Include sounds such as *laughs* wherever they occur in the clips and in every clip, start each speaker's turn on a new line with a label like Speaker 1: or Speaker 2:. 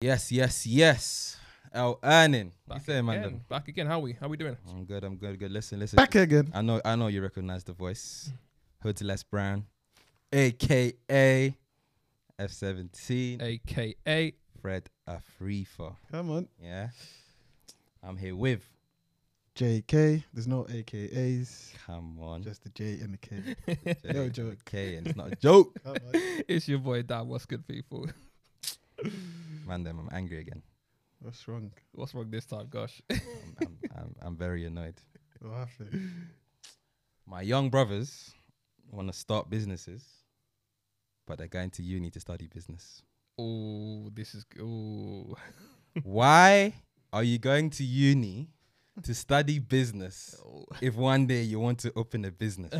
Speaker 1: Yes, yes, yes. Al Earning. You
Speaker 2: Back
Speaker 1: saying, man?
Speaker 2: again.
Speaker 1: then?
Speaker 2: Back again. How we? How we doing?
Speaker 1: I'm good, I'm good, good. Listen, listen.
Speaker 3: Back again.
Speaker 1: I know I know you recognize the voice. Hood Les Brown. AKA F seventeen.
Speaker 2: AKA
Speaker 1: Fred Afrifa.
Speaker 3: Come on.
Speaker 1: Yeah. I'm here with
Speaker 3: JK. There's no AKAs.
Speaker 1: Come on.
Speaker 3: Just the J and
Speaker 2: *laughs*
Speaker 3: the K.
Speaker 1: J,
Speaker 3: *laughs* no joke.
Speaker 1: K and it's not a joke.
Speaker 3: Come on.
Speaker 2: it's your boy Dan. What's good, people? *laughs*
Speaker 1: Man, them I'm angry again.
Speaker 3: What's wrong?
Speaker 2: What's wrong this time? Gosh,
Speaker 1: I'm, I'm, I'm, I'm very annoyed.
Speaker 3: What happened?
Speaker 1: My young brothers want to start businesses, but they're going to uni to study business.
Speaker 2: oh, this is oh,
Speaker 1: Why are you going to uni to study business if one day you want to open a business?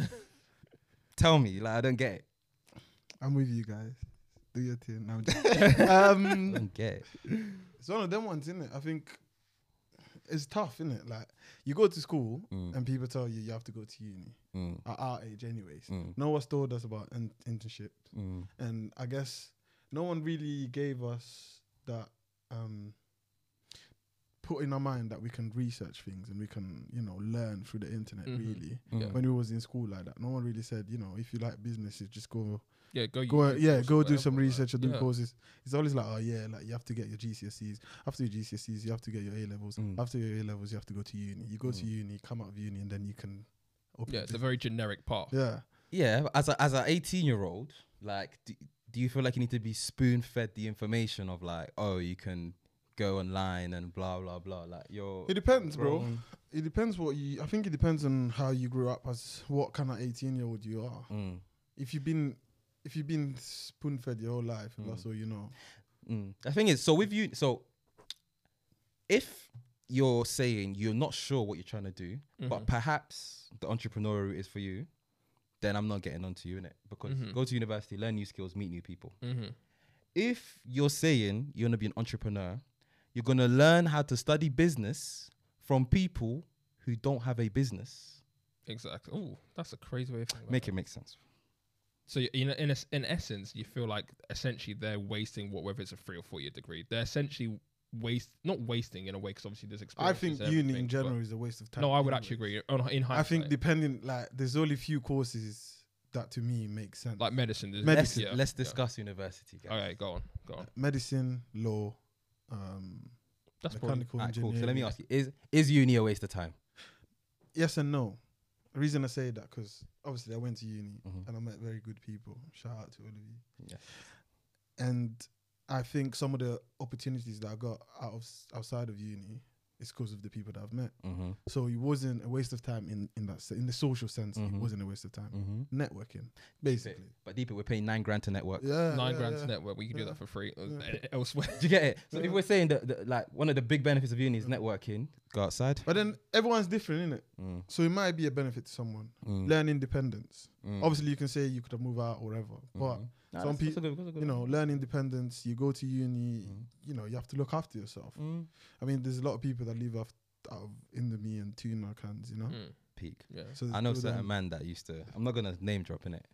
Speaker 1: Tell me, like I don't get it.
Speaker 3: I'm with you guys. Do your thing. No, I'm *laughs* joking. um,
Speaker 1: I don't get it.
Speaker 3: it's one of them ones, isn't it? I think it's tough, isn't it? Like you go to school
Speaker 1: Mm,
Speaker 3: and people tell you you have to go to uni
Speaker 1: mm,
Speaker 3: at our age, anyways.
Speaker 1: mm,
Speaker 3: No one's told us about in- internship,
Speaker 1: mm.
Speaker 3: and I guess no one really gave us that um, put in our mind that we can research things and we can, you know, learn through the internet.
Speaker 2: Mhm.
Speaker 3: Really,
Speaker 1: Yeah.
Speaker 3: when we was in school like that, no one really said, you know, if you like businesses, just go
Speaker 2: yeah. Go,
Speaker 3: go
Speaker 2: YouTube
Speaker 3: yeah
Speaker 2: course or
Speaker 3: go do some
Speaker 2: whatever, like,
Speaker 3: research or do
Speaker 2: yeah.
Speaker 3: courses it's always like oh yeah like you have to get your gcse's after your gcse's you have to get your a levels
Speaker 1: Mm.
Speaker 3: after your a levels you have to go to uni you go to
Speaker 1: Mm.
Speaker 3: uni come out of uni and then you can open
Speaker 2: Yeah,
Speaker 3: a
Speaker 2: it's a
Speaker 3: business.
Speaker 2: very generic part.
Speaker 3: yeah
Speaker 1: Yeah, but as a, as an 18 year old, like, do, do you feel like you need to be spoon fed the information of like, oh, you can go online and blah blah blah? Like, you're
Speaker 3: It depends, bro.
Speaker 1: grown.
Speaker 3: it depends what you i think it depends on how you grew up as what kind of 18 year old you are
Speaker 1: Mm,
Speaker 3: if you've been if you've been spoon fed your whole life
Speaker 2: Hmm.
Speaker 3: and that's all you know
Speaker 1: mm. The thing is, so with you, so if you're saying you're not sure what you're trying to do,
Speaker 2: Mm-hmm.
Speaker 1: but perhaps the entrepreneur route is for you, then I'm not getting onto you in it because
Speaker 2: Mhm.
Speaker 1: go to university, learn new skills, meet new people.
Speaker 2: Mhm.
Speaker 1: if you're saying you're gonna be an entrepreneur, you're gonna learn how to study business from people who don't have a business.
Speaker 2: Exactly. Oh, that's a crazy way of thinking. about
Speaker 1: Make it make sense.
Speaker 2: So you- in in, es- in essence, you feel like essentially they're wasting what whether it's a three or four year degree. They're essentially waste not wasting in a way because obviously there's
Speaker 3: i
Speaker 2: experience.
Speaker 3: think
Speaker 2: is
Speaker 3: uni
Speaker 2: everything,
Speaker 3: in
Speaker 2: but-
Speaker 3: general is a waste of time
Speaker 2: No, I would actually
Speaker 3: anyways.
Speaker 2: agree. On, in hindsight,
Speaker 3: i think depending like there's only few courses that to me make sense
Speaker 2: like medicine. there's-
Speaker 1: Let's,
Speaker 3: Medicine,
Speaker 2: yeah,
Speaker 1: let's
Speaker 2: yeah.
Speaker 1: discuss university. Guys.
Speaker 2: All right, go on, go on.
Speaker 3: Uh, medicine, law, um,
Speaker 2: That's probably
Speaker 3: mechanical
Speaker 1: Alright, cool.
Speaker 3: engineering.
Speaker 1: So let me ask you: Is is uni a waste of time?
Speaker 3: Yes and no. The reason I say that because obviously I went to uni
Speaker 1: Mhm.
Speaker 3: and I met very good people. Shout out to all of you.
Speaker 1: Yes.
Speaker 3: And I think some of the opportunities that I got out of s- outside of uni is because of the people that I've met.
Speaker 1: Mm-hmm.
Speaker 3: So it wasn't a waste of time in in that se- in the social sense.
Speaker 1: Mhm.
Speaker 3: It wasn't a waste of time.
Speaker 1: Mm-hmm.
Speaker 3: Networking, basically.
Speaker 1: But deep, it, we're paying nine grand to network.
Speaker 3: Yeah,
Speaker 2: nine
Speaker 3: yeah,
Speaker 2: grand
Speaker 3: yeah.
Speaker 2: to network. We can do
Speaker 3: yeah,
Speaker 2: that for free uh,
Speaker 3: yeah.
Speaker 2: *laughs* elsewhere.
Speaker 1: Do you get it? So if we're saying that, that, like one of the big benefits of uni is networking, go outside.
Speaker 3: But then everyone's different, isn't it?
Speaker 1: Mm,
Speaker 3: So it might be a benefit to someone.
Speaker 1: mm,
Speaker 3: Learn independence.
Speaker 1: mm,
Speaker 3: Obviously, you can say you could have moved out or whatever, but
Speaker 1: mhm. Nah,
Speaker 3: some
Speaker 1: that's- that's
Speaker 3: peo-
Speaker 1: a good- that's a good
Speaker 3: you know,
Speaker 1: one.
Speaker 3: learn independence. You go to uni,
Speaker 1: Mm.
Speaker 3: you know, you have to look after yourself.
Speaker 1: Mm.
Speaker 3: I mean, there's a lot of people that live off out of Indomie and tuna cans, you
Speaker 1: Uh-huh.
Speaker 3: know.
Speaker 2: Mm,
Speaker 1: Peak.
Speaker 2: yeah.
Speaker 3: So
Speaker 1: I know
Speaker 3: people don't-
Speaker 1: certain man that used to. I'm not gonna name drop in it.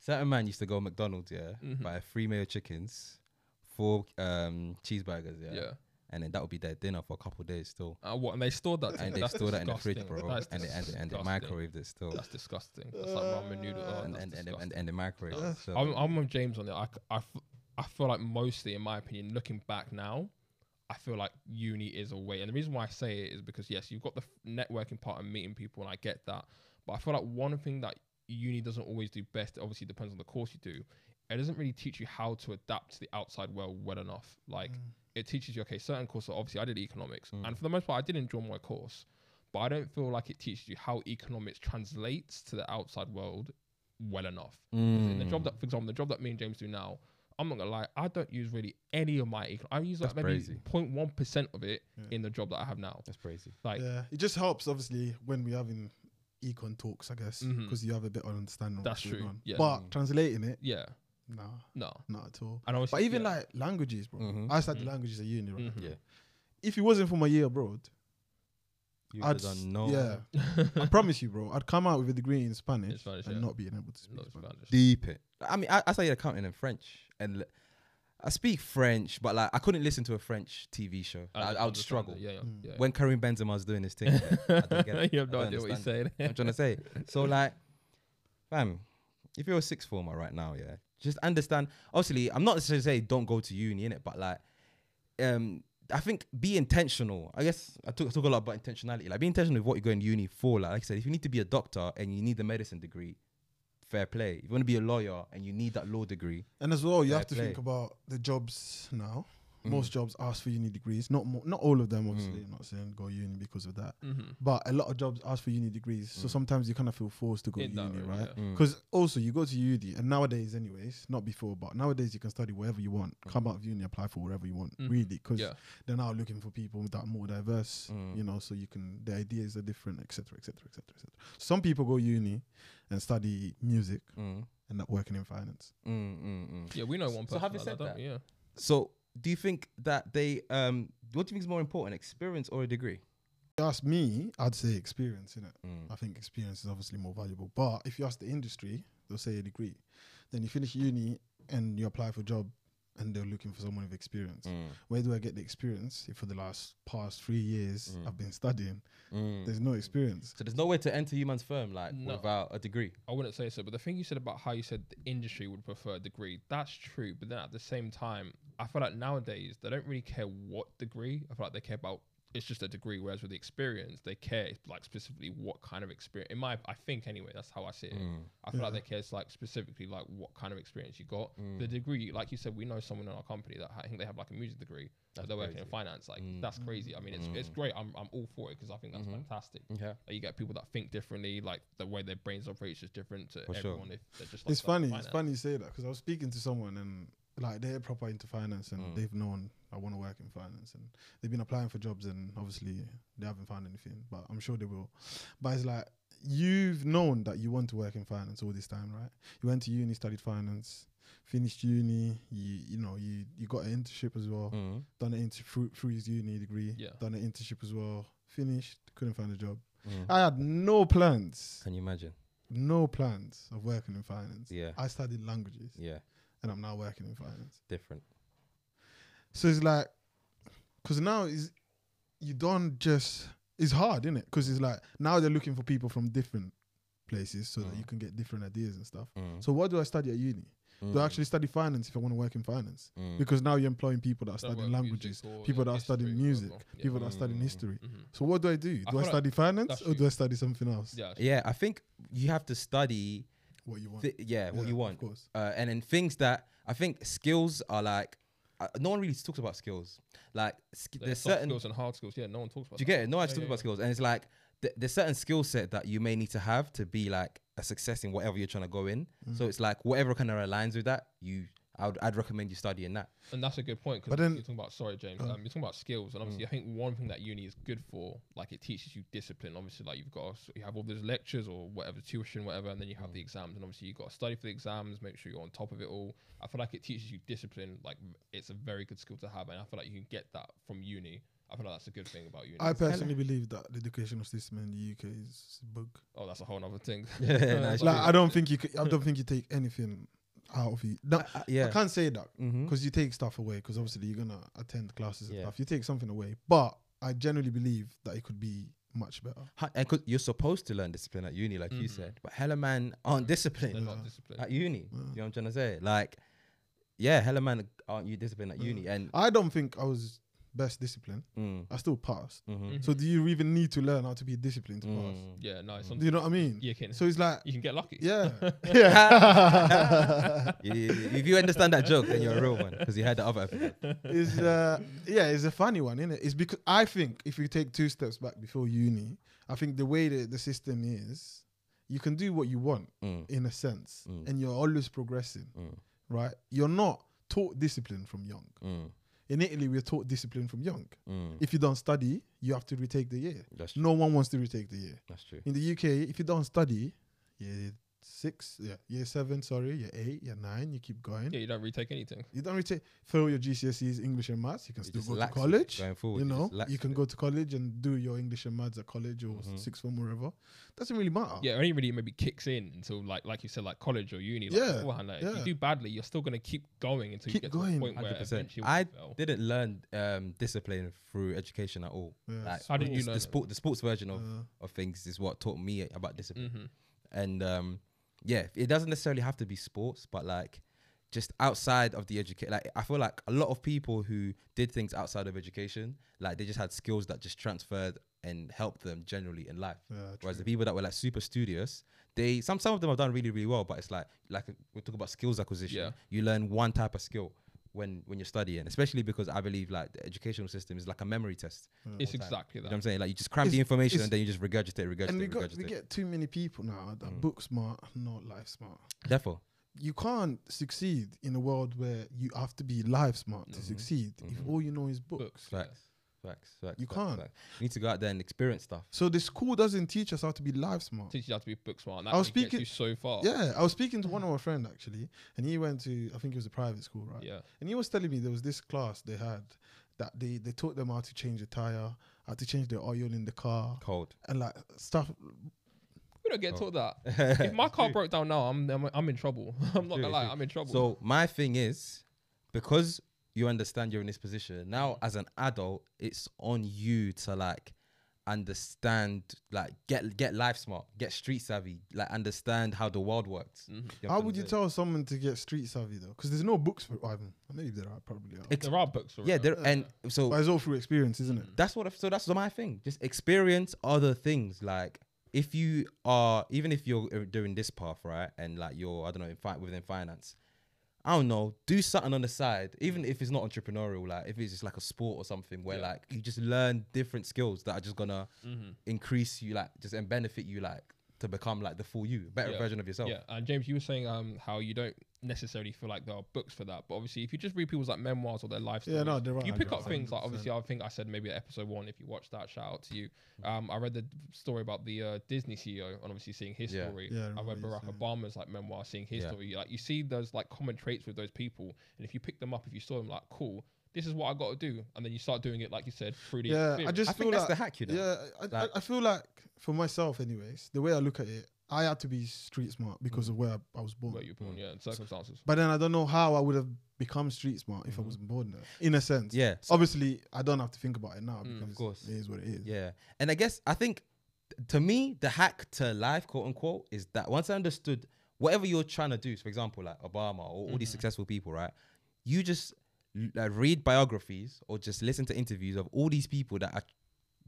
Speaker 1: Certain man used to go McDonald's, yeah,
Speaker 2: Mhm.
Speaker 1: buy three mayo chickens, four um cheeseburgers, yeah,
Speaker 2: yeah,
Speaker 1: and then that would be their dinner for a couple of days still.
Speaker 2: Uh, what? And they stored that.
Speaker 1: And
Speaker 2: thing.
Speaker 1: they
Speaker 2: *laughs* That's
Speaker 1: store that in the fridge,
Speaker 2: disgusting.
Speaker 1: bro,
Speaker 2: That's
Speaker 1: and they and they, and they
Speaker 2: disgusting.
Speaker 1: microwave it still,
Speaker 2: That's disgusting. That's like ramen noodle. Oh,
Speaker 1: and
Speaker 2: that's
Speaker 1: and, and,
Speaker 2: disgusting.
Speaker 1: and and they microwave it. Still.
Speaker 2: I'm, I'm with James on it. I, c- I f- I feel like mostly, in my opinion, looking back now, I feel like uni is a way. And the reason why I say it is because, yes, you've got the f- networking part and meeting people, and I get that. But I feel like one thing that uni doesn't always do best, it obviously depends on the course you do, it doesn't really teach you how to adapt to the outside world well enough. Like,
Speaker 3: Mm.
Speaker 2: it teaches you, okay, certain courses, obviously, I did economics. And for the most part, I did enjoy my course. But I don't feel like it teaches you how economics translates to the outside world well enough. Because
Speaker 1: Mm. Hmm.
Speaker 2: In the job that, for example, the job that me and James do now, I'm not gonna lie, I don't use really any of my econ. I use like
Speaker 1: That's
Speaker 2: maybe
Speaker 1: crazy.
Speaker 2: 0.1 percent of it
Speaker 3: Yeah.
Speaker 2: in the job that I have now.
Speaker 1: That's crazy.
Speaker 2: Like,
Speaker 3: yeah, it just helps obviously when we're having econ talks, I guess,
Speaker 2: Mhm.
Speaker 3: because you have a bit of understanding. of
Speaker 2: That's
Speaker 3: what's going
Speaker 2: true,
Speaker 3: on.
Speaker 2: yeah.
Speaker 3: But
Speaker 1: Mm.
Speaker 3: translating it,
Speaker 2: yeah,
Speaker 3: nah,
Speaker 2: no,
Speaker 3: not at all.
Speaker 2: and obviously,
Speaker 3: But even
Speaker 2: yeah.
Speaker 3: like languages, bro.
Speaker 1: Mhm.
Speaker 3: I studied
Speaker 2: Mhm.
Speaker 3: languages at uni, right?
Speaker 2: Mhm. *laughs*
Speaker 1: Yeah.
Speaker 3: If it wasn't for my year abroad,
Speaker 1: You
Speaker 3: I'd
Speaker 1: don't
Speaker 3: s-
Speaker 1: know.
Speaker 3: yeah, I promise you, bro. I'd come out with a degree in Spanish,
Speaker 2: In Spanish,
Speaker 3: and
Speaker 2: yeah.
Speaker 3: not being able to speak
Speaker 2: Not
Speaker 3: Spanish.
Speaker 2: Spanish.
Speaker 1: deep it. I mean, I, I studied accounting in French, and l- I speak French, but like I couldn't listen to a French TV show. I, I, would
Speaker 2: understand
Speaker 1: struggle.
Speaker 2: that. Yeah, yeah,
Speaker 3: Mm.
Speaker 2: yeah. *laughs*
Speaker 1: When Karim Benzema was doing his thing, I don't get it.
Speaker 2: you have
Speaker 1: I
Speaker 2: no
Speaker 1: don't
Speaker 2: idea what you're
Speaker 1: understand
Speaker 2: saying.
Speaker 1: *laughs* I'm trying to say. So like, fam, if you're a sixth former right now, yeah, just understand. Obviously, I'm not necessarily saying don't go to uni in it, but like, um, I think be intentional. I guess I talk, talk a lot about intentionality. Like, be intentional with what you're going to uni for. Like, like I said, if you need to be a doctor and you need the medicine degree, fair play. If you want to be a lawyer and you need that law degree,
Speaker 3: And as well, you
Speaker 1: Fair
Speaker 3: have to
Speaker 1: play.
Speaker 3: think about the jobs now.
Speaker 1: Mm.
Speaker 3: Most jobs ask for uni degrees. Not mo- not all of them, obviously.
Speaker 1: Mm.
Speaker 3: I'm not saying go uni because of that,
Speaker 2: *laughs*
Speaker 1: *laughs*
Speaker 2: Mm-hmm.
Speaker 3: but a lot of jobs ask for uni degrees. So
Speaker 1: Mm.
Speaker 3: sometimes you kind of feel forced to go
Speaker 2: In that
Speaker 3: uni,
Speaker 2: route,
Speaker 3: right?
Speaker 2: yeah.
Speaker 1: Mm.
Speaker 3: Because also you go to uni, and nowadays, anyways, not before, but nowadays you can study wherever you want.
Speaker 1: Mm.
Speaker 3: Come out of uni, apply for wherever you want,
Speaker 2: Mhm.
Speaker 3: really. Because
Speaker 2: Yeah.
Speaker 3: they're now looking for people that are more diverse,
Speaker 1: Mm.
Speaker 3: you know. So you can the ideas are different, etc., etc., etc., etc. Some people go uni and study music
Speaker 1: Mm,
Speaker 3: and not working in finance.
Speaker 1: mm, mm, mm.
Speaker 2: Yeah, we know one
Speaker 1: So
Speaker 2: person.
Speaker 1: having
Speaker 2: like
Speaker 1: said
Speaker 2: don't
Speaker 1: that-
Speaker 2: we? yeah.
Speaker 1: So, do you think that they um, what do you think is more important, experience or a degree?
Speaker 3: If you ask me, I'd say experience, innit?
Speaker 1: Mm.
Speaker 3: I think experience is obviously more valuable. But if you ask the industry, they'll say a degree. Then you finish uni and you apply for a job and they're looking for someone with experience.
Speaker 1: Mm.
Speaker 3: Where do I get the experience if for the last past three years
Speaker 1: Mm.
Speaker 3: I've been studying?
Speaker 1: Mm.
Speaker 3: There's no experience.
Speaker 1: So there's no way to enter human's firm like
Speaker 2: No.
Speaker 1: without a degree.
Speaker 2: I wouldn't say so, but the thing you said about how you said the industry would prefer a degree, that's true. But then at the same time, I feel like nowadays they don't really care what degree. I feel like they care about it's just a degree. Whereas with the experience, they care like specifically what kind of experience. In my, I think anyway, that's how I see it.
Speaker 1: Mm.
Speaker 2: I feel like
Speaker 3: Yeah.
Speaker 2: they care like specifically like what kind of experience you got.
Speaker 1: Mm.
Speaker 2: The degree, like you said, we know someone in our company that ha- I think they have like a music degree. but
Speaker 1: That's
Speaker 2: they're working in
Speaker 1: crazy.
Speaker 2: finance. Like
Speaker 1: Mm.
Speaker 2: that's crazy. I mean, it's it's
Speaker 1: Mm.
Speaker 2: great. I'm I'm all for it because I think that's
Speaker 1: Mhm.
Speaker 2: fantastic.
Speaker 1: Yeah.
Speaker 2: Like you get people that think differently, like the way their brains operate is just different to
Speaker 1: For sure.
Speaker 2: everyone. If they're just like
Speaker 3: it's funny.
Speaker 2: finance.
Speaker 3: It's funny you say that because I was speaking to someone and like they're proper into finance and
Speaker 1: Mm.
Speaker 3: they've known I want to work in finance and they've been applying for jobs and obviously they haven't found anything, but I'm sure they will. But it's like you've known that you want to work in finance all this time, right? You went to uni, studied finance, finished uni. You you know you you got an internship as well.
Speaker 1: Mm.
Speaker 3: Done an internship through, through his uni degree.
Speaker 2: Yeah.
Speaker 3: Done an internship as well. Finished. Couldn't find a job.
Speaker 1: Mm.
Speaker 3: I had no plans
Speaker 1: Can you imagine?
Speaker 3: no plans of working in finance.
Speaker 1: Yeah.
Speaker 3: I studied languages
Speaker 1: Yeah.
Speaker 3: and I'm now working in finance.
Speaker 1: Different.
Speaker 3: So it's like, because now is you don't just it's hard, isn't it? Because it's like now they're looking for people from different places so that
Speaker 1: Mm.
Speaker 3: you can get different ideas and stuff.
Speaker 1: Mm.
Speaker 3: So what do I study at uni? Do I
Speaker 1: Mm.
Speaker 3: actually study finance if I want to work in finance?
Speaker 1: Mm.
Speaker 3: Because now you're employing people that are
Speaker 2: That work
Speaker 3: studying
Speaker 2: music
Speaker 3: languages,
Speaker 2: or,
Speaker 3: people
Speaker 2: yeah,
Speaker 3: that are studying
Speaker 2: history or
Speaker 3: music,
Speaker 2: whatever. Yeah.
Speaker 3: people that are studying
Speaker 1: Mm.
Speaker 3: history.
Speaker 2: Mhm.
Speaker 3: So what do I do?
Speaker 2: I
Speaker 3: Do I,
Speaker 2: feel like
Speaker 3: study
Speaker 2: that's
Speaker 3: finance or do
Speaker 2: you.
Speaker 3: I study something else?
Speaker 2: Yeah,
Speaker 1: Yeah, I think you have to study.
Speaker 3: What you want?
Speaker 1: Th- yeah, what
Speaker 3: Yeah,
Speaker 1: you
Speaker 3: Of
Speaker 1: want,
Speaker 3: course.
Speaker 1: uh, and then things that I think skills are like. Uh, no one really talks about skills. Like sk-
Speaker 2: Like
Speaker 1: there's
Speaker 2: soft
Speaker 1: certain. Do
Speaker 2: skills and hard skills. Yeah, no one talks about.
Speaker 1: you
Speaker 2: that.
Speaker 1: get it? No one's
Speaker 2: Yeah,
Speaker 1: talking
Speaker 2: yeah,
Speaker 1: about
Speaker 2: yeah.
Speaker 1: skills, and it's like th- there's certain skill set that you may need to have to be like a success in whatever you're trying to go in.
Speaker 3: Mm.
Speaker 1: So it's like whatever kind of aligns with that, you I would, I'd recommend you studying that.
Speaker 2: And that's a good point because
Speaker 3: But then-
Speaker 2: you're talking about sorry, James. Um, you're talking about skills, and
Speaker 1: Mm.
Speaker 2: obviously, I think one thing that uni is good for, like, it teaches you discipline. Obviously, like you've got you have all those lectures or whatever tuition, whatever, and then you have
Speaker 1: Mm.
Speaker 2: the exams, and obviously you got to study for the exams, make sure you're on top of it all. I feel like it teaches you discipline. Like, it's a very good skill to have, and I feel like you can get that from uni. I feel like that's a good thing about uni.
Speaker 3: I personally believe that the educational system in the UK is bug.
Speaker 2: oh, that's a whole other thing.
Speaker 1: *laughs* Yeah,
Speaker 2: *laughs*
Speaker 1: no, it's
Speaker 3: Like I don't think you. Could, I don't think you take anything out of it. No,
Speaker 1: I-
Speaker 3: I
Speaker 1: yeah.
Speaker 3: can't say that
Speaker 1: Mm-hmm.
Speaker 3: because you take stuff away. Because obviously you're gonna attend classes and
Speaker 1: Yeah.
Speaker 3: stuff. You take something away, but I generally believe that it could be much better.
Speaker 1: Ha- and 'cause you're supposed to learn discipline at uni, like you
Speaker 2: Mhm.
Speaker 1: said, but hella man aren't
Speaker 2: They're
Speaker 1: disciplined
Speaker 2: not
Speaker 3: Yeah.
Speaker 2: disciplined.
Speaker 1: at uni.
Speaker 3: Yeah.
Speaker 1: You know what I'm trying to say? Like, yeah, hella man aren't you disciplined at
Speaker 3: Yeah.
Speaker 1: uni? And
Speaker 3: I don't think I was best disciplined.
Speaker 1: mm,
Speaker 3: I still passed.
Speaker 1: mhm,
Speaker 3: So do you even need to learn how to be disciplined to
Speaker 1: *laughs* mm.
Speaker 2: yeah, no, it's
Speaker 3: pass?
Speaker 2: something
Speaker 3: Do you know what I mean?
Speaker 2: you can
Speaker 3: So
Speaker 1: *laughs*
Speaker 3: it's like,
Speaker 2: *laughs* you can get lucky.
Speaker 3: yeah, yeah.
Speaker 1: *laughs* You- you- if you understand that joke, then you're a real one because you had the other episode.
Speaker 3: is uh yeah, it's a funny one, isn't it? It's because I think if you take two steps back before uni, I think the way that the system is, you can do what you want
Speaker 1: Mm,
Speaker 3: in a sense,
Speaker 1: Mm.
Speaker 3: and you're always progressing,
Speaker 1: mm,
Speaker 3: right? You're not taught discipline from young.
Speaker 1: mm,
Speaker 3: In Italy, we're taught discipline from young.
Speaker 1: mm.
Speaker 3: If you don't study, you have to retake the year.
Speaker 1: That's true.
Speaker 3: No one wants to retake the year.
Speaker 1: That's true.
Speaker 3: In the UK, if you don't study, yeah, six, yeah, year seven, sorry, year eight, year nine, you keep going.
Speaker 2: Yeah, you don't retake anything.
Speaker 3: You don't retake fail your GCSEs English and maths. You can
Speaker 1: You
Speaker 3: still
Speaker 1: just
Speaker 3: go to
Speaker 1: lax with it
Speaker 3: college.
Speaker 1: going forward.
Speaker 3: You know,
Speaker 1: just lax
Speaker 3: you can
Speaker 1: with
Speaker 3: go
Speaker 1: it.
Speaker 3: to college and do your English and maths at college or
Speaker 1: Mhm.
Speaker 3: sixth form, wherever. Doesn't really matter.
Speaker 2: Yeah, it only really maybe kicks in until like like you said, like college or uni. Like
Speaker 3: Yeah,
Speaker 2: beforehand. Like, If
Speaker 3: yeah.
Speaker 2: you do badly, you're still gonna keep going until you get
Speaker 3: Keep
Speaker 2: to
Speaker 3: going.
Speaker 2: the point where
Speaker 1: 100%.
Speaker 2: eventually
Speaker 1: I
Speaker 2: you fail.
Speaker 1: Didn't learn um, discipline through education at all.
Speaker 3: Yeah,
Speaker 1: Like,
Speaker 2: How did you
Speaker 1: the,
Speaker 2: learn it?
Speaker 1: sport, the sports version of,
Speaker 3: uh,
Speaker 1: of things is what taught me about discipline.
Speaker 2: Mhm.
Speaker 1: and um yeah it doesn't necessarily have to be sports but like just outside of the education like i feel like a lot of people who did things outside of education like they just had skills that just transferred and helped them generally in life
Speaker 3: yeah,
Speaker 1: whereas the
Speaker 3: true.
Speaker 1: people that were like super studious they some some of them have done really really well but it's like like we talk about skills acquisition
Speaker 2: Yeah.
Speaker 1: you learn one type of skill when when you're studying especially because i believe like the educational system is like a memory test
Speaker 3: Yeah.
Speaker 2: It's
Speaker 1: time.
Speaker 2: exactly
Speaker 1: you know
Speaker 2: that.
Speaker 1: what i'm saying like you just cram the
Speaker 3: It's-
Speaker 1: information
Speaker 3: it's-
Speaker 1: and then you just regurgitate regurgitate
Speaker 3: and we got
Speaker 1: regurgitate
Speaker 3: we get too many people now that
Speaker 1: Mm.
Speaker 3: book smart, not life smart.
Speaker 1: therefore
Speaker 3: You can't succeed in a world where you have to be life smart to
Speaker 1: Mhm.
Speaker 3: succeed
Speaker 1: Mhm.
Speaker 3: if all you know is books.
Speaker 2: Books.
Speaker 1: Facts. Facts, facts.
Speaker 3: You
Speaker 1: facts,
Speaker 3: can't.
Speaker 1: facts. You need to go out there and experience stuff.
Speaker 3: So the school doesn't teach us how to be life
Speaker 2: yeah.
Speaker 3: smart.
Speaker 2: Teaches you how to be book smart. And that
Speaker 3: I was
Speaker 2: really gets
Speaker 3: speaking-
Speaker 2: you so far.
Speaker 3: Yeah, I was speaking to one
Speaker 1: Mm.
Speaker 3: of my friend actually, and he went to I think it was a private school, right?
Speaker 2: Yeah.
Speaker 3: And he was telling me there was this class they had that they they taught them how to change the tire, how to change the oil in the car,
Speaker 1: Cold.
Speaker 3: and like stuff.
Speaker 2: We don't get
Speaker 1: Oh.
Speaker 2: taught
Speaker 1: *laughs*
Speaker 2: that. if my car broke down now, I'm I'm, I'm in trouble. *laughs* I'm not
Speaker 1: true,
Speaker 2: gonna lie,
Speaker 1: true.
Speaker 2: I'm in trouble.
Speaker 1: So my thing is, because you understand you're in this position now, as an adult, it's on you to like understand, like get get life smart, get street savvy, like understand how the world works.
Speaker 2: Mhm.
Speaker 1: You
Speaker 3: Mm-hmm. how
Speaker 1: have to
Speaker 3: would you
Speaker 1: know-
Speaker 3: tell someone to get street savvy though? Because there's no books for. I mean, maybe there are probably are,
Speaker 1: Ex-
Speaker 2: there are books.
Speaker 1: Yeah,
Speaker 2: already.
Speaker 1: there and so
Speaker 3: but it's all through experience, isn't it?
Speaker 1: that's what so that's my thing just experience other things like if you are even if you're uh, doing this path right and like you're i don't know in fi- within finance i don't know do something on the side even if it's not entrepreneurial like if it's just like a sport or something where
Speaker 2: Yeah.
Speaker 1: like you just learn different skills that are just gonna
Speaker 2: Mhm.
Speaker 1: increase you like just and benefit you like to become like the full you better
Speaker 2: Yeah.
Speaker 1: version of yourself
Speaker 2: Yeah, and James, you were saying um how you don't necessarily feel like there are books for that, but obviously if you just read people's like memoirs or their life
Speaker 3: Yeah,
Speaker 2: stories,
Speaker 3: no, there are.
Speaker 2: you pick up
Speaker 3: 100%.
Speaker 2: things like obviously I think I said maybe at episode one if you watch that shout out to you.
Speaker 3: Mm.
Speaker 2: Um, I read the story about the uh, Disney CEO and obviously seeing his
Speaker 1: Yeah.
Speaker 2: story.
Speaker 3: Yeah, I
Speaker 2: I
Speaker 3: remember
Speaker 2: read
Speaker 3: you
Speaker 2: Barack
Speaker 3: saying.
Speaker 2: Obama's like memoir, seeing his
Speaker 1: Yeah.
Speaker 2: story. Like you see those like common traits with those people, and if you pick them up, if you saw them, like cool, this is what I got to do, and then you start doing it like you said through the
Speaker 3: Yeah, I
Speaker 2: experience.
Speaker 1: i
Speaker 3: just feel
Speaker 1: think that's
Speaker 3: like
Speaker 1: the hack you know
Speaker 3: Yeah, I, I,
Speaker 1: Like-
Speaker 3: I feel like for myself, anyways, the way I look at it, I had to be street smart because
Speaker 1: Mm.
Speaker 3: of where I, I was born.
Speaker 2: where you're born, yeah, and circumstances.
Speaker 3: But then I don't know how I would have become street smart if I wasn't born there. In a sense,
Speaker 1: Mm-hmm. yeah
Speaker 3: Obviously, I don't have to think about it now
Speaker 2: Mm, of
Speaker 3: because
Speaker 1: course.
Speaker 3: it is what it is.
Speaker 1: Yeah. And I guess I think to me, the hack to life, quote unquote, is that once I understood whatever you're trying to do, so for example, like Obama or all these successful people, right? You just l- like, read biographies or just listen to interviews of all these people that are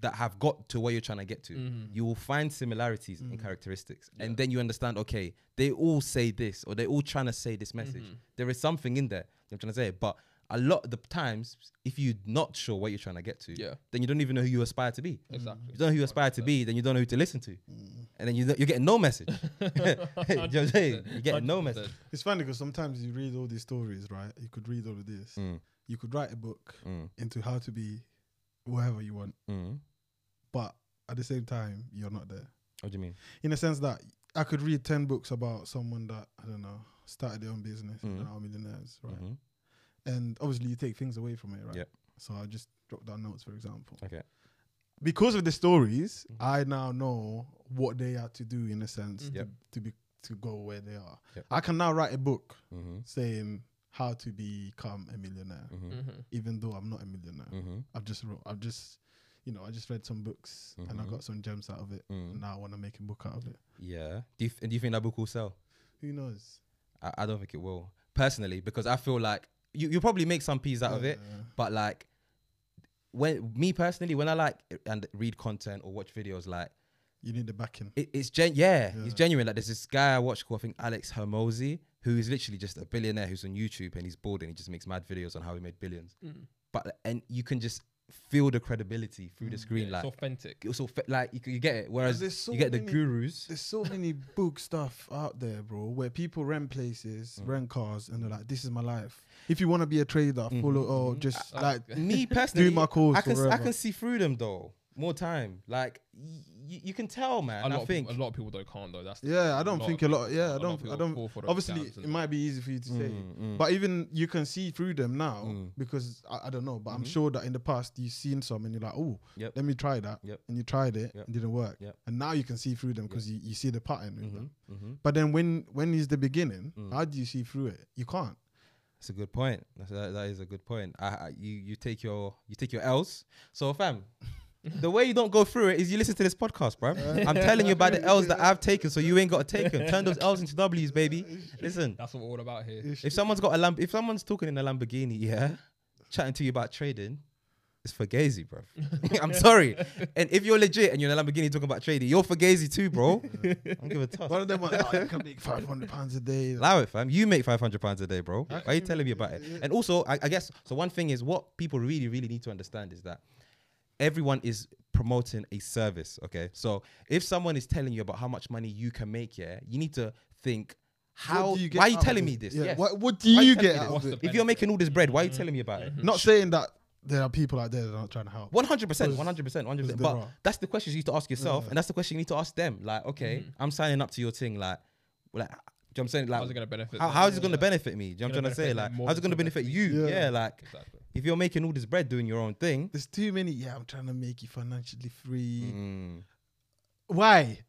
Speaker 1: that have got to where you're trying to get to.
Speaker 2: Mm-hmm.
Speaker 3: *laughs*
Speaker 1: You will find similarities and characteristics. And then you understand, okay, they all say this or they're all trying to say this message. There is something in there. I'm trying to say, but a lot of the times, if you're not sure what you're trying to get to,
Speaker 2: Yeah.
Speaker 3: Mm.
Speaker 1: then you don't even know who you aspire to be.
Speaker 2: Exactly.
Speaker 1: If you don't know who you aspire to be, then you don't know who to listen to. And then you, you're getting no message. *laughs* you know what I'm saying? You're getting no
Speaker 2: 100%.
Speaker 1: message.
Speaker 3: It's funny because sometimes you read all these stories, right? You could read all of this.
Speaker 1: Mm,
Speaker 3: You could write a book
Speaker 1: mm,
Speaker 3: into how to be whatever you want,
Speaker 1: mm.
Speaker 3: but at the same time, you're not there.
Speaker 1: What do you mean?
Speaker 3: In a sense that I could read 10 books about someone that, I don't know, started their own business
Speaker 1: Mhm.
Speaker 3: and are millionaires, right?
Speaker 1: Mhm.
Speaker 3: And obviously, you take things away from it, right?
Speaker 1: Yep.
Speaker 3: So I just drop down notes, for example.
Speaker 1: Okay. Mm-hmm.
Speaker 3: because of the stories, I now know what they had to do in a sense
Speaker 2: Mhm.
Speaker 1: Yep.
Speaker 3: to, to be to go where they are.
Speaker 1: Mm-hmm. Yep.
Speaker 3: I can now write a book
Speaker 1: Mm-hmm.
Speaker 3: saying how to become a millionaire,
Speaker 1: Mm-hmm.
Speaker 2: Mhm.
Speaker 3: even though I'm not a millionaire.
Speaker 1: Mm-hmm.
Speaker 3: I've just wrote, I've just, you know, I just read some books and I
Speaker 1: Mhm.
Speaker 3: got some gems out of it.
Speaker 1: Mm.
Speaker 3: And now I want to make a book out of it.
Speaker 1: Yeah. Do you, th- and do you think that book will sell?
Speaker 3: Who knows?
Speaker 1: I, I don't think it will, personally, because I feel like you, you'll probably make some peas out of it,
Speaker 3: Uh,
Speaker 1: but like, when me personally, when I like and read content or watch videos, like
Speaker 3: you need the backing.
Speaker 1: it, it's gen yeah,
Speaker 3: Yeah.
Speaker 1: it's genuine. Like there's this guy I watch called I think Alex Hermosi, who is literally just a billionaire who's on YouTube and he's bored and he just makes mad videos on how he made billions.
Speaker 2: Mhm.
Speaker 1: But and you can just feel the credibility through the
Speaker 2: Yeah,
Speaker 1: screen, like
Speaker 2: it's authentic.
Speaker 1: it's all fe- like you, c- you get it. Whereas
Speaker 3: Mm. there's so
Speaker 1: you get the
Speaker 3: many-
Speaker 1: gurus.
Speaker 3: There's so many book stuff out there, bro, where people rent places, rent cars, and they're like, this is my life. If you want to be a trader, follow or just
Speaker 2: I-
Speaker 1: *laughs*
Speaker 3: like *laughs*
Speaker 1: Me personally,
Speaker 3: my course
Speaker 1: I can s- I
Speaker 3: forever.
Speaker 1: can see through them though. More time, like y- you, you can tell, man.
Speaker 2: a lot
Speaker 1: I
Speaker 2: of
Speaker 1: think
Speaker 2: people, a lot of people though can't though. That's the
Speaker 3: Yeah, I
Speaker 2: thing.
Speaker 3: don't
Speaker 2: lot
Speaker 3: think a
Speaker 2: of-
Speaker 3: lot. Yeah, I
Speaker 2: lot of
Speaker 3: don't. I
Speaker 2: people
Speaker 3: don't.
Speaker 2: fall for those
Speaker 3: Obviously,
Speaker 2: scams
Speaker 3: it
Speaker 2: and-
Speaker 3: might be easy for you to say,
Speaker 1: Mm, mm.
Speaker 3: but even you can see through them now
Speaker 1: Mm.
Speaker 3: because I, I don't know. But I'm
Speaker 1: Mhm.
Speaker 3: sure that in the past you've seen some and you're like, oh,
Speaker 1: Yep.
Speaker 3: let me try that.
Speaker 1: Yep.
Speaker 3: And you tried it,
Speaker 1: Yep.
Speaker 3: and didn't work.
Speaker 1: Yep.
Speaker 3: And now you can see through them because you, you see the pattern.
Speaker 1: Mhm,
Speaker 3: with them.
Speaker 1: mhm.
Speaker 3: But then when when is the beginning?
Speaker 1: Mm.
Speaker 3: How do you see through it? You can't.
Speaker 1: that's a good point. That's, that, that is a good point. I, I, you you take your you take your L's. So fam, the way you don't go through it is you listen to this podcast, bro. I'm telling you about the L's that I've taken, so you ain't got to take them. Turn those L's into W's, baby. Listen,
Speaker 2: That's what we're all about here.
Speaker 1: if someone's got a Lamb, if someone's talking in a Lamborghini, yeah, chatting to you about trading, it's fugazi, bro. *laughs* I'm sorry. And if you're legit and you're in a Lamborghini talking about trading, you're fugazi too, bro. I don't give a toss.
Speaker 3: One of them, was, oh,
Speaker 1: *laughs*
Speaker 3: you can make five hundred pounds a day.
Speaker 1: Allow it, fam. You make five hundred pounds a day, bro. Why are you telling me about it?
Speaker 3: Yeah.
Speaker 1: And also, I, I guess so. One thing is what people really, really need to understand is that everyone is promoting a service. Okay, so if someone is telling you about how much money you can make, yeah, you need to think,
Speaker 3: What
Speaker 1: how?
Speaker 3: do you get
Speaker 1: Why are you
Speaker 3: out of
Speaker 1: telling
Speaker 3: it?
Speaker 1: me this?
Speaker 3: Yeah.
Speaker 1: Yes.
Speaker 3: What, Mm-hmm. what do
Speaker 1: Why
Speaker 3: you
Speaker 1: tell me
Speaker 3: get
Speaker 1: this?
Speaker 3: out
Speaker 2: What's
Speaker 3: of
Speaker 2: the
Speaker 3: it?
Speaker 1: If you're making all this bread, why are you telling me about it?
Speaker 3: Not saying that there are people out there that aren't trying to help.
Speaker 1: One hundred percent,
Speaker 3: Because-
Speaker 1: one hundred percent, one hundred
Speaker 3: because
Speaker 1: percent.
Speaker 3: there
Speaker 1: But
Speaker 3: are.
Speaker 1: that's the question you need to ask yourself,
Speaker 3: Yeah. Mm-hmm.
Speaker 1: and that's the question you need to ask them. Like, okay, I'm signing up to your thing. Like, like, do you know what I'm saying? Like,
Speaker 2: How's it gonna benefit?
Speaker 1: how,
Speaker 2: them?
Speaker 1: how is it going to benefit me? Do you know what I'm
Speaker 2: Gonna
Speaker 1: trying to say?
Speaker 2: benefit
Speaker 1: Like,
Speaker 2: them more
Speaker 1: how's it going
Speaker 2: than
Speaker 1: to benefit
Speaker 2: benefit
Speaker 1: you?
Speaker 3: you.
Speaker 1: Yeah.
Speaker 3: Yeah.
Speaker 1: like,
Speaker 2: Exactly.
Speaker 1: if you're making all this bread doing your own
Speaker 2: *laughs*
Speaker 1: thing,
Speaker 3: There's too many. Yeah, I'm trying to make you financially free.
Speaker 1: mm,
Speaker 3: Why?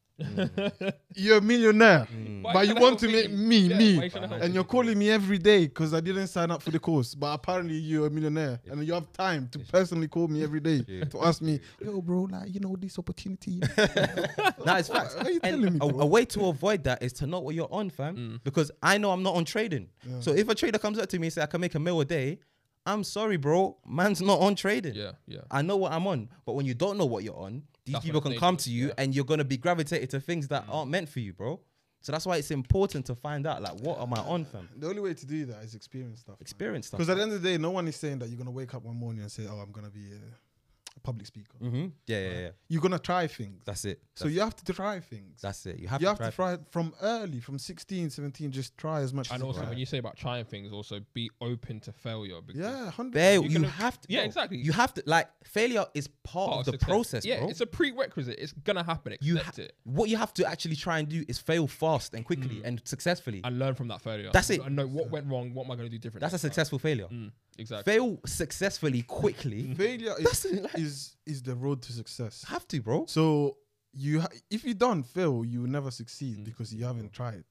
Speaker 3: You're a millionaire,
Speaker 1: Mm.
Speaker 2: Mm. Why
Speaker 3: but
Speaker 2: you
Speaker 3: you
Speaker 2: tryna
Speaker 3: want to
Speaker 2: help
Speaker 3: make
Speaker 2: me?
Speaker 3: me
Speaker 2: Yeah, why
Speaker 3: me,
Speaker 2: you tryna help
Speaker 3: and
Speaker 2: me?
Speaker 3: you're calling me every day because I didn't sign up for the course. But apparently you're a millionaire, and you have time to personally call me every day
Speaker 1: Yeah.
Speaker 3: to ask me, "Yo, bro, like you know this
Speaker 1: *laughs*
Speaker 3: opportunity."
Speaker 1: that is facts.
Speaker 3: What are you
Speaker 1: And
Speaker 3: telling me,
Speaker 1: a,
Speaker 3: bro?
Speaker 1: a way to avoid that is to know what you're on, fam.
Speaker 2: Mm.
Speaker 1: Because I know I'm not on trading. So if a trader comes up to me and says I can make a mil a day, I'm sorry, bro. Man's not on trading.
Speaker 2: Yeah, yeah.
Speaker 1: I know what I'm on. But when you don't know what you're on, these
Speaker 2: That's
Speaker 1: people
Speaker 2: when
Speaker 1: can
Speaker 2: it's
Speaker 1: come
Speaker 2: dangerous,
Speaker 1: to you
Speaker 2: yeah. Mm.
Speaker 1: and you're gonna be gravitated to things that aren't meant for you, bro. So that's why it's important to find out like what am I on, fam?
Speaker 3: the only way to do that is experience stuff. man.
Speaker 1: Experience stuff.
Speaker 3: Because at the end of the day, no one is saying that you're gonna wake up one morning and say, "Oh, I'm gonna be a, a public speaker."
Speaker 1: Mhm. Yeah, yeah, yeah.
Speaker 3: You're gonna try things,
Speaker 1: That's it.
Speaker 3: so you have to try things.
Speaker 1: That's it. You have
Speaker 3: you
Speaker 1: to
Speaker 3: have
Speaker 1: try
Speaker 3: to try from early, from 16, 17, Just try as much. as
Speaker 2: And
Speaker 3: you
Speaker 2: also,
Speaker 3: can.
Speaker 2: when you say about trying things, also be open to failure. Because
Speaker 3: yeah, hundred.
Speaker 1: Fail.
Speaker 2: You
Speaker 1: You,
Speaker 2: gonna-
Speaker 1: have to.
Speaker 2: yeah,
Speaker 1: no,
Speaker 2: exactly.
Speaker 1: You have to. Like failure is part,
Speaker 2: part
Speaker 1: of the
Speaker 2: success.
Speaker 1: process,
Speaker 2: Yeah,
Speaker 1: bro.
Speaker 2: it's a prerequisite. It's gonna happen. Accept
Speaker 1: you ha-
Speaker 2: it
Speaker 1: what you have to actually try and do is fail fast and
Speaker 2: Mm.
Speaker 1: quickly and successfully.
Speaker 2: and learn from that failure.
Speaker 1: That's it.
Speaker 2: And know what went wrong. What am I gonna do different?
Speaker 1: That's a
Speaker 2: next time?
Speaker 1: successful failure.
Speaker 2: Mm, exactly.
Speaker 1: Fail successfully
Speaker 2: *laughs*
Speaker 1: quickly.
Speaker 3: failure
Speaker 1: That's
Speaker 3: is,
Speaker 1: it, like-
Speaker 3: is is the road to success.
Speaker 1: have to, bro.
Speaker 3: So you, ha- if you don't fail, you will never succeed because you haven't tried.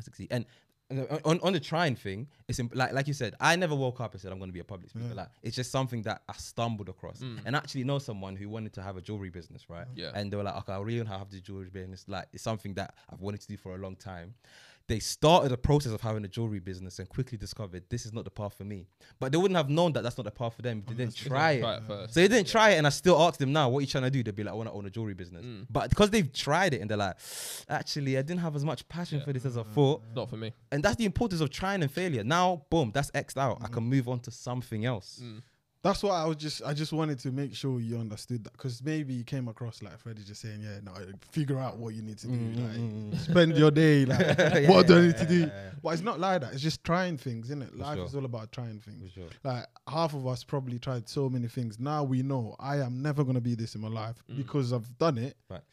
Speaker 1: succeed. And and on- on, on the trying thing, it's imp- like like you said, I never woke up and said I'm going to be a public speaker. Like it's just something that I stumbled across. And I actually know someone who wanted to have a jewelry business, right?
Speaker 2: Yeah.
Speaker 1: And they were like, okay, I really want to have the jewelry business. Like it's something that I've wanted to do for a long time. They started a process of having a jewelry business and quickly discovered this is not the path for me. But they wouldn't have known that that's not the path for them if they didn't try it.
Speaker 2: Try it first.
Speaker 1: So they didn't try it, and I still ask them now, what you trying to do? They'd be like, I want to own a jewelry business. But because they've tried it and they're like, actually, I didn't have as much passion for this as I thought.
Speaker 2: Not for me.
Speaker 1: And that's the importance of trying and failure. Now, boom, that's X'd out. I can move on to something else.
Speaker 3: That's why I was just I just wanted to make sure you understood that because maybe you came across like Freddie just saying yeah no figure out what you need to do
Speaker 1: Mm,
Speaker 3: like spend
Speaker 1: *laughs*
Speaker 3: your day like
Speaker 1: Yeah,
Speaker 3: what do I
Speaker 1: yeah,
Speaker 3: need to do
Speaker 1: yeah, yeah,
Speaker 3: but it's not like that it's just trying things isn't it life
Speaker 1: sure.
Speaker 3: is all about trying things
Speaker 1: sure.
Speaker 3: like half of us probably tried so many things now we know I am never gonna be this in my life because I've done it
Speaker 1: Facts.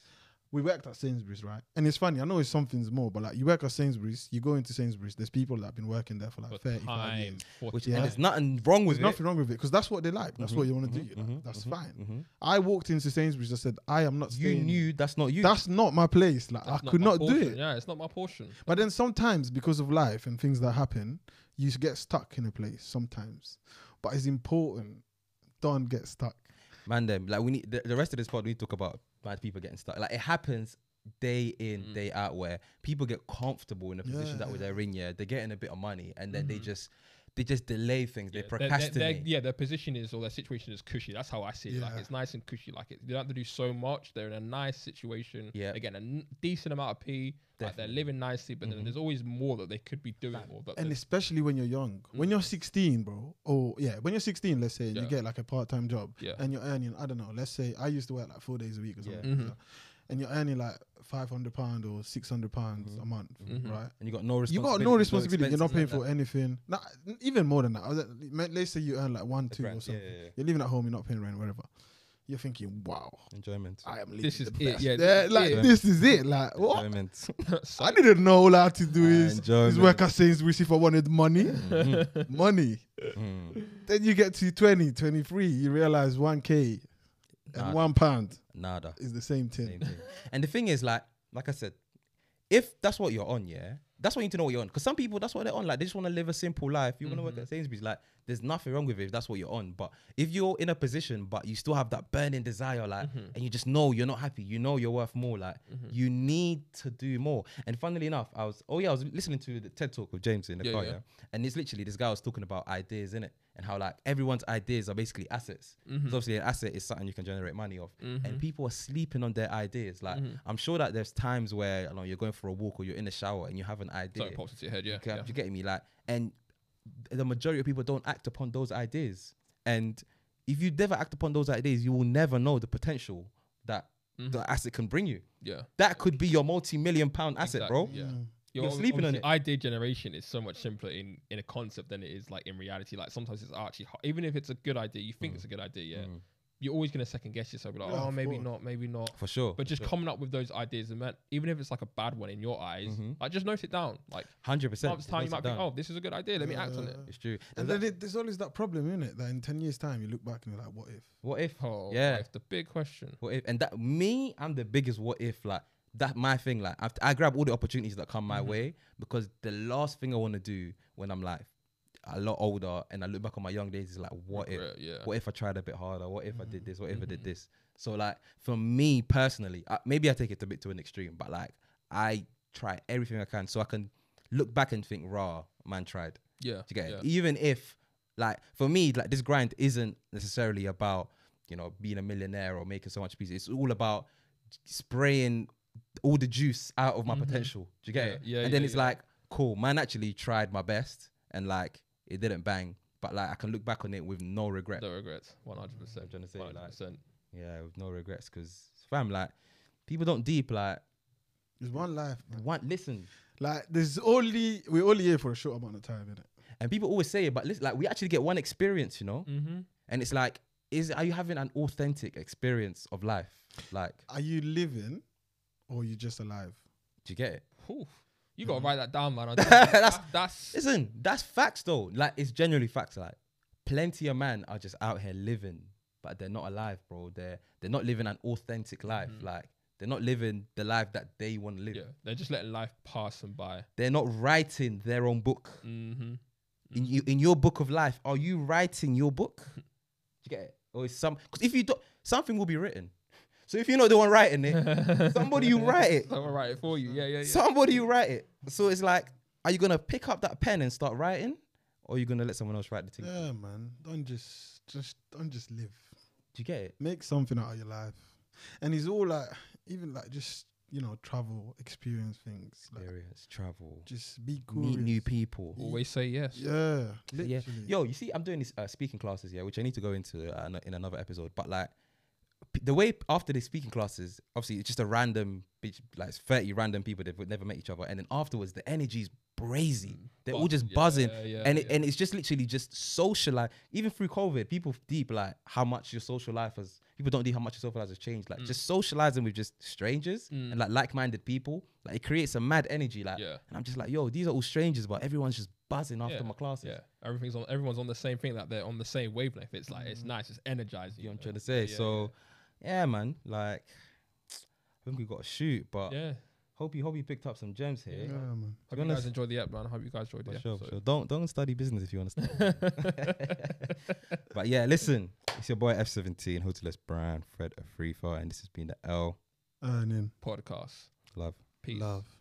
Speaker 3: we worked at Sainsbury's, right? And it's funny, I know it's something's more, but like you work at Sainsbury's, you go into Sainsbury's, there's people that have been working there for like
Speaker 2: But
Speaker 3: 35
Speaker 2: time.
Speaker 3: years.
Speaker 2: for
Speaker 1: Which
Speaker 2: time.
Speaker 1: and there's nothing wrong with
Speaker 3: There's
Speaker 1: it.
Speaker 3: nothing wrong with it because that's what they like. That's
Speaker 2: Mm-hmm.
Speaker 3: what you want to do. like, that's fine. I walked into Sainsbury's and said, I am not
Speaker 1: You
Speaker 3: staying.
Speaker 1: knew that's not you.
Speaker 3: That's not my place. Like, I
Speaker 2: Not
Speaker 3: could
Speaker 2: my
Speaker 3: not do
Speaker 2: portion.
Speaker 3: it.
Speaker 2: Yeah, it's not my portion.
Speaker 3: But then sometimes, because of life and things that happen, you get stuck in a place sometimes. But it's important. Don't get stuck.
Speaker 1: Man, them like we need the, the rest of this part. We need to talk about bad people getting stuck. Like it happens day in, day out, where people get comfortable in the position that
Speaker 3: Yeah.
Speaker 1: they're in. Yeah, they're getting a bit of money, and then they just they just delay things. they
Speaker 2: Their- their- their-
Speaker 1: procrastinate.
Speaker 2: yeah, their position is or their situation is cushy. That's how I see it. Like
Speaker 3: Yeah.
Speaker 2: it's nice and cushy. Like it, they don't have to do so much. They're in a nice situation.
Speaker 1: Yeah.
Speaker 2: They get a n- decent amount of pee. Like
Speaker 1: Definitely.
Speaker 2: they're
Speaker 1: Mm-hmm.
Speaker 2: living nicely, but then there's always more that they could be doing. Or that
Speaker 3: and
Speaker 2: they-
Speaker 3: especially when you're young when you're 16 bro or yeah when you're 16 let's say and
Speaker 2: Mm. Yeah.
Speaker 3: you get like a part-time job
Speaker 2: Yeah.
Speaker 3: and you're earning i don't know let's say i used to work like four days a week or
Speaker 1: Yeah.
Speaker 3: something like that, and you're earning like 500 pound or 600 pounds
Speaker 2: Mm-hmm.
Speaker 3: a month right
Speaker 1: and you got no
Speaker 3: you
Speaker 1: responsibility.
Speaker 3: got no responsibility you're not paying
Speaker 1: expenses,
Speaker 3: for anything nah, n- even more than that I was at- ma- let's say you earn like one two
Speaker 1: grand,
Speaker 3: or
Speaker 1: yeah,
Speaker 3: something
Speaker 1: yeah, yeah.
Speaker 3: you're living at home you're not paying rent wherever you're thinking, wow,
Speaker 1: Enjoyment.
Speaker 3: I am living
Speaker 2: This
Speaker 3: the
Speaker 2: is it,
Speaker 3: best.
Speaker 2: yeah,
Speaker 3: Yeah,
Speaker 2: this-
Speaker 3: like
Speaker 2: yeah.
Speaker 3: this is it. Like what?
Speaker 1: Enjoyment.
Speaker 2: *laughs*
Speaker 1: *laughs*
Speaker 2: So-
Speaker 3: I didn't know all I had to do is
Speaker 1: Enjoyment.
Speaker 3: is work at Sainsbury's if I wanted money. *laughs* money.
Speaker 1: *laughs* Mm.
Speaker 3: Then you get to 20, 23, you realize 1K and
Speaker 1: Nah.
Speaker 3: one pound
Speaker 1: Nada.
Speaker 3: is the same thing.
Speaker 1: Same thing. And the thing is, like, like I said, if that's what you're on, yeah, that's what you need to know what you're on. Because some people, that's what they're on. Like, they just want to live a simple life. You want to
Speaker 3: Mm-hmm.
Speaker 1: work at Sainsbury's. Like, there's nothing wrong with it if that's what you're on. But if you're in a position, but you still have that burning desire, like,
Speaker 3: Mm-hmm.
Speaker 1: and you just know you're not happy, you know you're worth more. Like, you need to do more. And funnily enough, I was, oh yeah, I was listening to the TED talk with James in the
Speaker 2: Yeah,
Speaker 1: car,
Speaker 2: yeah.
Speaker 1: yeah. And it's literally this guy was talking about ideas in it and how like everyone's ideas are basically assets.
Speaker 2: Mm-hmm.
Speaker 1: 'Cause obviously an asset is something you can generate money off. And people are sleeping on their ideas. Like
Speaker 2: Mm-hmm.
Speaker 1: I'm sure that there's times where you know, you're going for a walk or you're in the shower and you have an idea.
Speaker 2: so it pops into your head, yeah.
Speaker 1: You get-
Speaker 2: yeah.
Speaker 1: You getting me? Like, and the majority of people don't act upon those ideas. And if you never act upon those ideas, you will never know the potential that
Speaker 2: Mm-hmm.
Speaker 1: the asset can bring you.
Speaker 2: yeah.
Speaker 1: That could be your multi-million pound asset,
Speaker 2: Exactly,
Speaker 1: bro.
Speaker 2: Yeah.
Speaker 3: Mm.
Speaker 1: You're sleeping on
Speaker 2: obviously
Speaker 1: it.
Speaker 2: Idea generation is so much simpler in, in a concept than it is like in reality. Like sometimes it's actually hard. even if it's a good idea, you
Speaker 1: Mm.
Speaker 2: think it's a good idea, yeah. You're always gonna second guess yourself, be like,
Speaker 3: Yeah,
Speaker 2: oh,
Speaker 3: of
Speaker 2: maybe
Speaker 3: course.
Speaker 2: not, maybe not.
Speaker 1: For sure.
Speaker 2: But just coming up with those ideas and man, even if it's like a bad one in your eyes,
Speaker 1: Mm-hmm.
Speaker 2: like just note it down. Like
Speaker 1: hundred percent.
Speaker 2: months time, you might "Oh, think, oh, this is a good idea. Let me act on it.
Speaker 1: It's true.
Speaker 3: And then it, there's always that problem, isn't it? That in 10 years' time, you look back and you're like, what if?
Speaker 1: What if?
Speaker 2: Oh,
Speaker 1: yeah.
Speaker 2: like, the big question.
Speaker 1: What if? And that me, I'm the biggest what if. Like that, my thing. Like I've, I grab all the opportunities that come my
Speaker 2: Mm-hmm.
Speaker 1: way because the last thing I want to do when I'm like a lot older and I look back on my young days is like, what if?
Speaker 2: Regret, yeah. Mm-hmm.
Speaker 1: What if I tried a bit harder? What if I did this? What if I did this? So like for me personally, I, maybe I take it a bit to an extreme, but like I try everything I can so I can look back and think, raw man tried.
Speaker 2: Yeah.
Speaker 1: Do you get
Speaker 2: yeah.
Speaker 1: it? Even if, like, for me, like this grind isn't necessarily about, you know, being a millionaire or making so much pieces. It's all about spraying all the juice out of my potential. Do you get
Speaker 2: Mm-hmm. Yeah,
Speaker 1: it?
Speaker 2: yeah,
Speaker 1: and then
Speaker 2: yeah,
Speaker 1: it's
Speaker 2: yeah.
Speaker 1: like, cool, man actually tried my best and like it didn't bang. But like I can look back on it with no regret.
Speaker 2: No regrets. One hundred percent.
Speaker 1: I'm trying to say, like-
Speaker 2: 100%.
Speaker 1: Yeah, with no regrets. Cause fam, like people don't deep like
Speaker 3: There's one life, man.
Speaker 1: want listen.
Speaker 3: Like, there's only, we're only here for a short amount of time, innit?
Speaker 1: And people always say it, but listen, like we actually get one experience, you know? And it's like, is are you having an authentic experience of life? Like,
Speaker 3: Are you living or are you just alive?
Speaker 1: do you get it?
Speaker 2: Whew. You
Speaker 1: Mm-hmm.
Speaker 2: gotta write
Speaker 1: *laughs*
Speaker 2: that down, man. I don't- that's that's
Speaker 1: Listen, that's facts though. Like, it's generally facts. Like, plenty of men are just out here living, but they're not alive, bro. They're they're not living an authentic life. Like, they're not living the life that they want to live.
Speaker 2: yeah. They're just letting life pass them by.
Speaker 1: They're not writing their own book.
Speaker 2: Mm-hmm.
Speaker 1: in you in your book of life are you writing your book do you get it or is some because if you don't something will be written so if you're not the one writing
Speaker 2: *laughs*
Speaker 1: it Eh, somebody you write it
Speaker 2: Someone write it for
Speaker 1: *laughs*
Speaker 2: you. Yeah, yeah, yeah.
Speaker 1: somebody you write it so it's like are you gonna pick up that pen and start writing or are you gonna let someone else write the thing
Speaker 3: Yeah, man. Don't just, just, don't just live.
Speaker 1: do you get it
Speaker 3: Make something out of your life. And it's all like, even like just, you know, travel, experience things. Like,
Speaker 1: experience travel
Speaker 3: just be cool.
Speaker 1: meet new people
Speaker 2: Always say yes.
Speaker 3: Yeah,
Speaker 1: yeah.
Speaker 3: literally.
Speaker 1: Yo, you see, I'm doing these uh, speaking classes, yeah, which I need to go into uh, ano- in another episode. But like, p- the way p- after the speaking classes, obviously, it's just a random, bitch, like it's 30 random people that would never met each other, and then afterwards, the energy's
Speaker 2: Mm.
Speaker 1: brazy. They're all
Speaker 2: Buzz-
Speaker 1: just
Speaker 2: yeah,
Speaker 1: buzzing,
Speaker 2: yeah,
Speaker 1: and it,
Speaker 2: yeah.
Speaker 1: and it's just literally just social life. Even through COVID, people deep like how much your social life has. People don't deep how much your social life has changed.
Speaker 2: Mm.
Speaker 1: Like just socializing with just strangers and like like-minded people, like it creates a mad energy. Like,
Speaker 2: Yeah.
Speaker 1: and I'm just like, yo, these are all strangers, but everyone's just buzzing after
Speaker 2: Yeah,
Speaker 1: my classes.
Speaker 2: Yeah, everything's on. Everyone's on the same thing. That they're on the same wavelength. It's like it's nice. It's energizing.
Speaker 1: Mm-hmm. You know
Speaker 2: you
Speaker 1: what I'm
Speaker 2: know?
Speaker 1: trying to say?
Speaker 2: yeah,
Speaker 1: so, yeah. man. Like, I think we got uh, to shoot, but
Speaker 2: yeah.
Speaker 1: hope you hope you picked up some gems here.
Speaker 3: yeah, man.
Speaker 1: be
Speaker 2: Hope you guys
Speaker 1: honest-
Speaker 2: enjoyed the app, man. I hope you guys enjoyed the
Speaker 1: For
Speaker 2: app.
Speaker 1: sure, for sure. Don't don't study business if you want to
Speaker 2: *laughs*
Speaker 1: study. *laughs* but yeah, listen, it's your boy F17, Hotelist Brian, Fred Afrifa, and this has been the L
Speaker 3: Earning
Speaker 2: Podcast.
Speaker 1: Love.
Speaker 2: Peace.
Speaker 3: love.